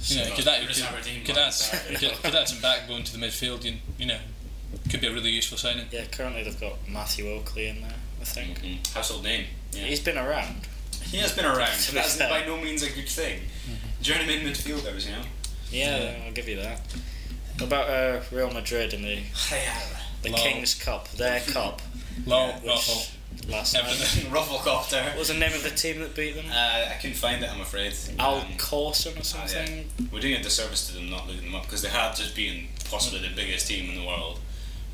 you know, he could,
You're
add,
just
could,
Aberdeen
could,
man,
add,
sorry.
he could, could add some backbone to the midfield. You, you know, could be a really useful signing.
Yeah, currently they've got Matthew Oakley in there. I think
Mhm. Household name. Yeah.
he's been around.
He has been around,
<laughs>
To
but
be
that's
fair.
by no means a good thing. Journeyman midfielders,
<laughs>
you know?
Yeah, I'll give you that. What about uh, Real Madrid and the the
Lol.
King's Cup, their cup,
Lol,
which
awful.
last night.
Everything.
<laughs> Rufflecopter.
What was the name of the team that beat them?
Uh, I couldn't find it, I'm afraid.
Al
Um,
Corson or
ah,
something.
yeah. We're doing a disservice to them not looking them up because they had just been possibly the biggest team in the world.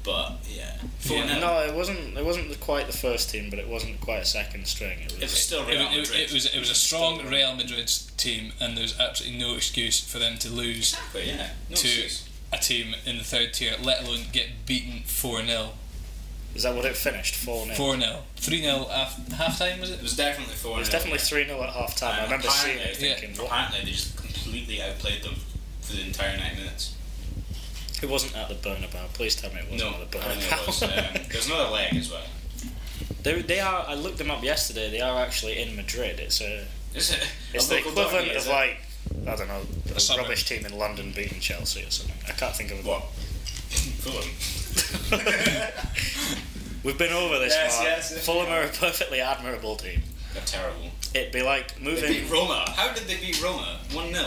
But yeah, four
Yeah.
nil.
No, it wasn't. It wasn't quite the first team, but it wasn't quite a second string. It was,
it was still
It,
Real
was-
Madrid.
it, it was it was a strong Real Madrid team, and there's absolutely no excuse for them to lose
exactly yeah. No
to
excuse.
a team in the third tier, let alone get beaten four 0
Is that what it finished? Four 0
four 0 three 0 half time was it?
It was definitely four. Um,
It was definitely three 0 at half time. I remember seeing it,
yeah.
thinking, "What
Apparently, they just completely outplayed them for the entire nine minutes.
It wasn't at the Bernabeu. Please tell me it wasn't
No,
at the
I think it was.
Bernabeu.
Um, there's another leg as well.
<laughs> they, they are. I looked them up yesterday. They are actually in Madrid. It's a.
Is it?
It's
a
the
local
equivalent
derby, is
of
it?
like I don't know a
suburb.
rubbish team in London beating Chelsea or something. I can't think of
what? <laughs>
<laughs>
Fulham.
We've been over this.
Yes,
Mark.
yes, yes.
Fulham are a perfectly admirable team.
They're terrible.
It'd be like
They
moving.
beat Roma. How did they beat Roma? One 0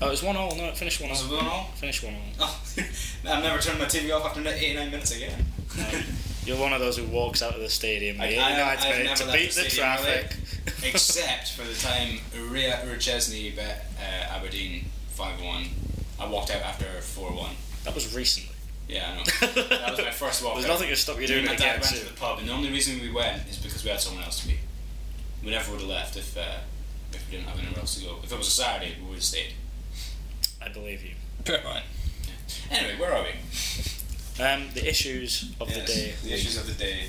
Oh, it was one all. No, it finished one
Was it
all.
one 0
Finished one all.
Oh, <laughs> I've never turned my TV off after 89 minutes again.
You're one of those who walks out of the stadium
I-
at the 89th
I- I've
minute
never
to
left
beat
the
the,
stadium in my life.
traffic.
Except for the time Ria Ruchesny bet uh, Aberdeen 5 1. I walked out after 4 1.
<laughs> that was recently.
Yeah,
<laughs>
I know. that was my first walk
There's
out.
nothing to stop you
Me
doing
and
it
my dad
again
went
soon.
to the pub, and the only reason we went is because we had someone else to meet. We never would have left if, uh, if we didn't have anywhere else to go. If it was a Saturday, we would have stayed.
I believe you.
Right. Anyway, where are we?
Um, the issues of
Yes,
the day.
The issues of the day.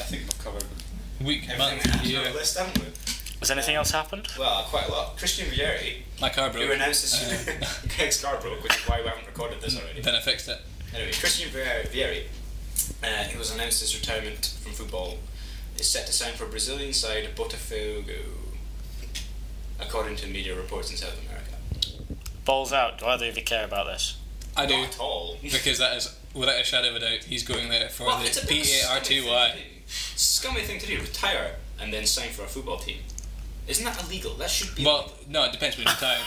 I think we've covered
Week,
everything
man,
we have to on
yeah.
the list, haven't we?
Has anything else happened?
Well, quite a lot. Christian Vieri,
My car broke.
who announced his Greg's car broke, which is why we haven't recorded this already.
<laughs> Then I fixed it.
Anyway, Christian Vieri, Vieri uh, he was announced his retirement from football, is set to sign for Brazilian side Botafogo, according to media reports in South America.
Balls out. Do either of you care about this?
I do
Not at all.
<laughs>
<laughs>
because that is without a shadow of a doubt he's going there for
Well, it's
the
a
P
bit of a
A
scummy thing
R T Y.
to do. Scummy thing to do, retire and then sign for a football team. Isn't that illegal? That should be.
Well, no, it depends when you're retired.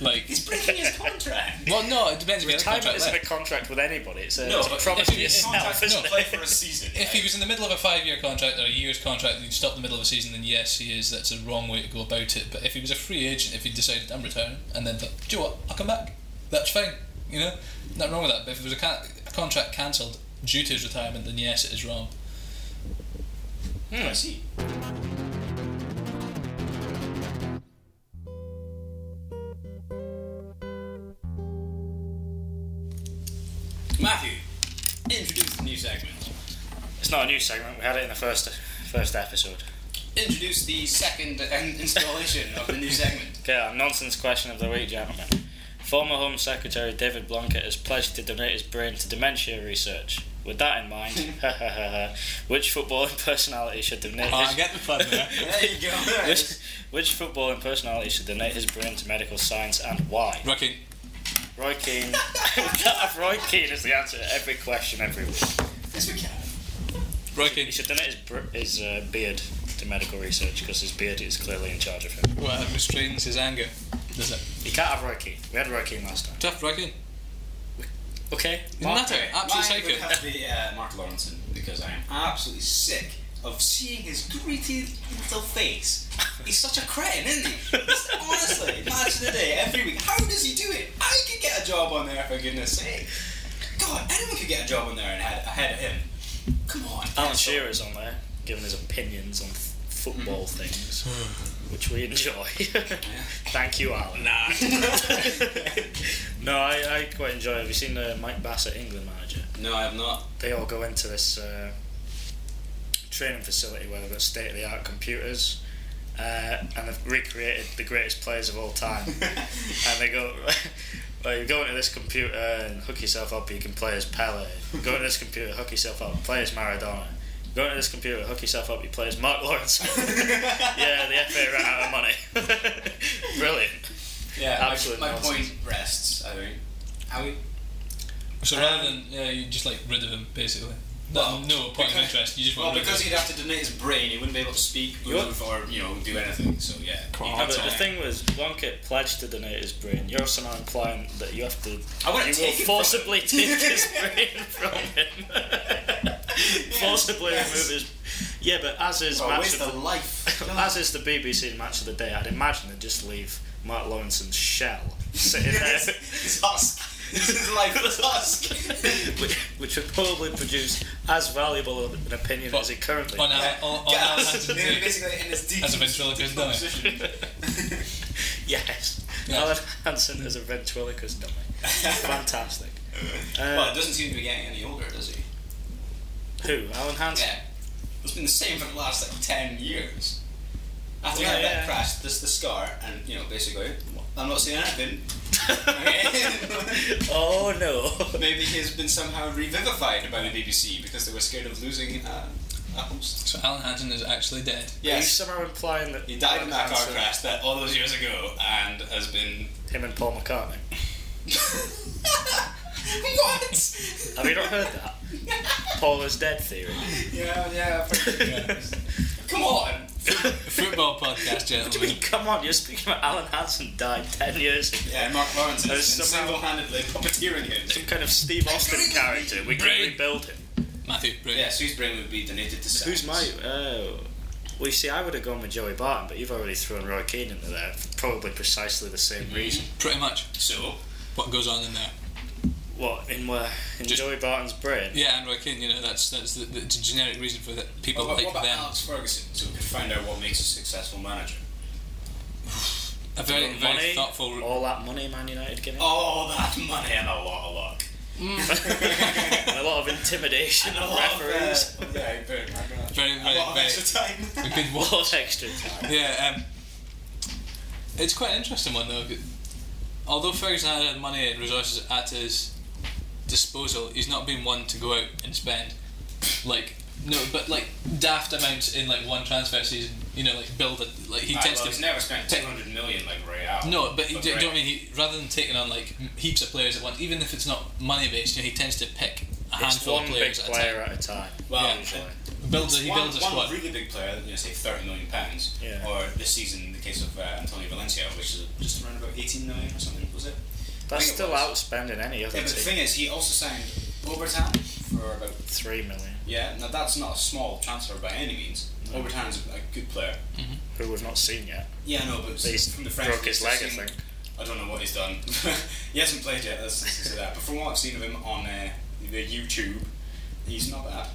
like,
he's breaking his
<laughs>
contract.
well, no, it depends if you have a
Retirement
contract
isn't a
left.
contract with anybody. It's a,
No,
it's a
but
promise
if
to
you- if
yourself,
Contract
isn't
to
it?
play for a season.
If he was in the middle of a five-year contract or a year's contract and you stop in the middle of a season, then yes, he is. That's a wrong way to go about it. But if he was a free agent, if he decided I'm retiring, and then thought, do you know what, I'll come back. That's fine. You know, nothing wrong with that. But if there was a, can- a contract cancelled due to his retirement, then yes, it is wrong.
Hmm, I see. Matthew, introduce the new segment.
It's not a new segment. We had it in the first first episode.
Introduce the second uh, installation of the new segment.
Okay, our nonsense question of the week, gentlemen. Former Home Secretary David Blunkett has pledged to donate his brain to dementia research. With that in
<laughs>
mind, <laughs> which footballing personality should donate his...
Oh, get the
<laughs>
pun <laughs> there.
There you go.
which, which footballing personality should donate his brain to medical science and why?
Rookie.
Roy Keane. <laughs> we can't have Roy Keane as the answer to every question every week.
Yes, we can.
He
Rookie.
should donate his, br- his uh, beard to medical research because his beard is clearly in charge of him.
Well, it restrains his anger. Does it?
You can't have Roy Keane. We had Roy Keane last time.
Tough rookie.
Okay.
Isn't that it? Absolute
Mine would
psycho.
have to be uh, Mark Lawrenson because I am absolutely sick of seeing his greedy little face. He's such a cretin, isn't
<laughs>
he? He's- Honestly, match of the day every week. How does he do it? I could get a job on there for goodness sake. God, anyone could get a job on there and ahead, ahead of him. Come on.
Alan Shearer's on there giving his opinions on f- football things, which we enjoy. <laughs> Thank you, Alan.
Nah.
<laughs> No, I, I quite enjoy. it. Have you seen the Mike Bassett England manager?
no, I have not.
They all go into this uh, training facility where they've got state of the art computers. Uh, and they've recreated the greatest players of all time. <laughs>
<laughs>
and they go, <laughs> well, you go into this computer and hook yourself up, you can play as Pele. You go into this computer, hook yourself up, play as Maradona. You go into this computer, hook yourself up, you play as Mark Lawrence. <laughs> yeah, the FA ran out of money. <laughs> Brilliant.
Yeah,
Absolute
my, my
nonsense.
point rests. I mean, Howie.
So
Um,
rather than yeah, you just like rid of him basically.
Well,
no, no point of
because-
interest. You just
Well,
want rid of
because
him.
he'd have to donate his brain, he wouldn't be able to speak, move, or you know, do anything. So yeah,
on.
No, but the thing was, Blunkett pledged to donate his brain. You're somehow implying that you have to.
I wouldn't
You
take
will
it from
forcibly
him.
take
<laughs>
his brain from him. forcibly
yes.
remove his. Yeah, but as is
Oh,
match
waste
of the,
the life.
as is <laughs> the BBC match of the day, I'd imagine they'd just leave Mark Lawrenson's shell sitting there,
Yes, his husk. This is life.
<laughs>
His
Uh,
husk.
which, which would probably produce as valuable an opinion as it currently.
on Al, on, on
Yeah,
Al <laughs> Hansen's
basically-
knee.
basically in his deep
As a ventriloquist dummy.
position.
<laughs>
<laughs>
yes,
Yeah.
Alan Hansen is a ventriloquist dummy. Uh, Fantastic.
well,
Uh,
it doesn't seem to be getting any older, does he?
who? Alan Hansen.
Yeah, it's been the same for the last like ten years. After we
Yeah,
had
yeah.
that crash, this the scar, and you know, basically, I'm not saying anything. Okay?
<laughs> Oh no.
Maybe he's been somehow revivified by the BBC because they were scared of losing uh, a host.
So Alan Hansen is actually dead.
Are you
Yes,
somehow implying that
he died in that car
Hansen-
crash that all those years ago and has been.
Him and Paul McCartney.
what?
Have you not heard
<laughs>
that? Paul is dead theory.
Yeah, yeah.
<laughs>
Yeah.
Come on.
Football podcast,
What do
<laughs>
gentlemen.
you mean? Come on, you're speaking about Alan Hansen died ten years ago.
Yeah, Mark Lawrence
There's
is
somehow-
single-handedly puppeteering
Some
him.
kind of Steve
<laughs>
Austin character. We can
Brain.
rebuild him.
Matthew, Bruce.
Yeah, Sue's brain would be donated to
Who's my?
science.
Oh, well, you see, I would have gone with Joey Barton, but you've already thrown Roy Keane into there for probably precisely the
Mm-hmm.
same reason.
Pretty much
So,
what goes on in there.
What in where in
Just-
Joey Barton's brain?
Yeah, and Roy Keane, you know, that's that's the, the, it's a generic reason for that people
what about,
pick
what about
them.
Alex Ferguson? So we could find out what makes a successful manager.
A very,
Got
very
money,
thoughtful.
All that money Man United giving.
Oh, that money and a lot of luck.
and <laughs> a lot of intimidation
<laughs>
And a
of
lot
referees. <laughs>
of uh, yeah, very,
Very,
a
very,
lot of
very.
extra <laughs>
We <laughs>
time.
could
All
watch.
of extra time.
Yeah, um, it's quite an interesting one though. 'cause Although Ferguson had money and resources at his disposal, he's not been one to go out and spend like no, but like daft amounts in like one transfer season. You know, like build a like he
Right,
tends
well,
to
he's never spent 200 million like Real.
No, but, he, do, do you know
Real-
what I mean? He, rather than taking on like m- heaps of players at once, even if it's not money based, you know, he tends to pick a
It's
handful
one
of
big
players at a time.
player at a time.
Well,
usually.
Builds a, he
one,
builds a
one
squad.
really big player, you know, say 30 million pounds,
Yeah.
or this season in the case of uh, Antonio Valencia, which is just around about 18 million or something, was it?
That's
think it
still
was.
outspending any other
Yeah, but the
team.
thing is, he also signed Obertan for about
Three million.
yeah. Now that's not a small transfer by any means. Obertan's a good player.
Who we've not seen yet.
Yeah, no, but
He's
from the French
broke his
league,
leg,
I've
I
seen-
think.
I don't know what he's done. <laughs> he hasn't played yet. Let's let's say that. But from what I've seen of him on uh, the YouTube, he's not bad.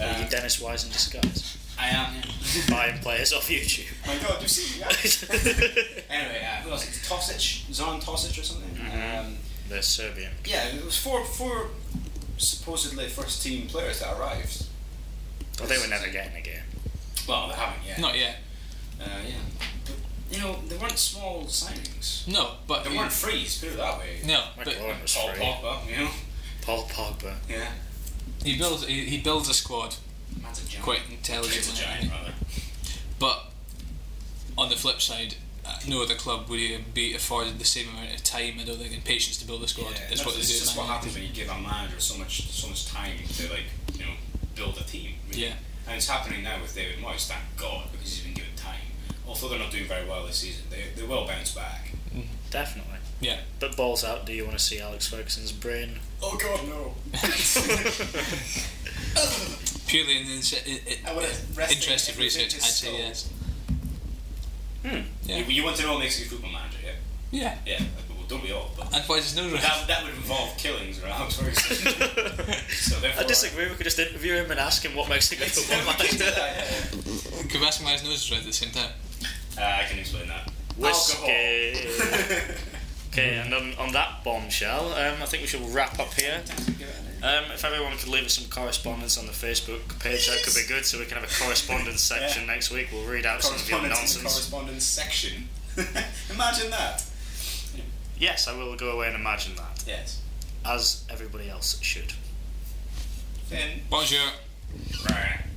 Are
Uh,
you Dennis Wise in disguise?
I am.
<laughs>
yeah.
Buying players off <laughs> YouTube.
My God, you've seen that. anyway, uh, who else? It's Tosic, Zon Tosic or something.
Mm-hmm.
Um,
the Serbian.
yeah, it was four four supposedly first team players that arrived.
Well, they were never getting a game.
Well, they haven't yet.
Not yet.
Uh, yeah. But, you know, they weren't small signings.
No, but
They weren't frees, put it that way.
no,
Mike
but
Lauren was
Paul
free.
Pogba, you know?
Paul Pogba.
Yeah.
he builds he, he builds a squad
Man's a giant.
quite
He's
intelligently.
a giant, rather.
But on the flip side, uh, no other club would he be afforded the same amount of time. I don't think and patience to build a squad.
Yeah,
That's what they do.
it's
at
just
Man
what
United.
happens when you give a manager so much so much time to, like, you know, build a team. really.
Yeah.
And it's happening now with David Moyes, thank God, because he's been given time. Although they're not doing very well this season, they, they will bounce back.
Definitely.
Yeah.
But balls out, do you want to see Alex Ferguson's <laughs> brain?
Oh, God, no.
Purely in the inse- in- in-
I would've rested
interest of
everything
research, I'd
just
say
so-
yes.
<laughs> You, you want to know what makes a good football manager, yeah?
Yeah.
Yeah, well, don't we all? But
And why does no <laughs>
That, that would involve killings around Ferguson.
<laughs>
so therefore,
I disagree. We could just interview him and ask him what makes a good
<laughs> It's
football
never do
manager.
that, yeah,
Could ask my nose red at the same time.
yeah. <laughs> Uh, I can explain that.
Whiskey.
Alcohol.
Okay, and on, on that bombshell, um, I think we should wrap up here. Um, if everyone could leave us some correspondence on the Facebook page, that could be good, so we can have
<laughs>
a correspondence section next week. We'll read out some of your
correspondence in the
nonsense.
correspondence section. <laughs> Imagine that.
Yes, I will go away and imagine that,
Yes.
as everybody else should.
Then.
Bonjour.
Right.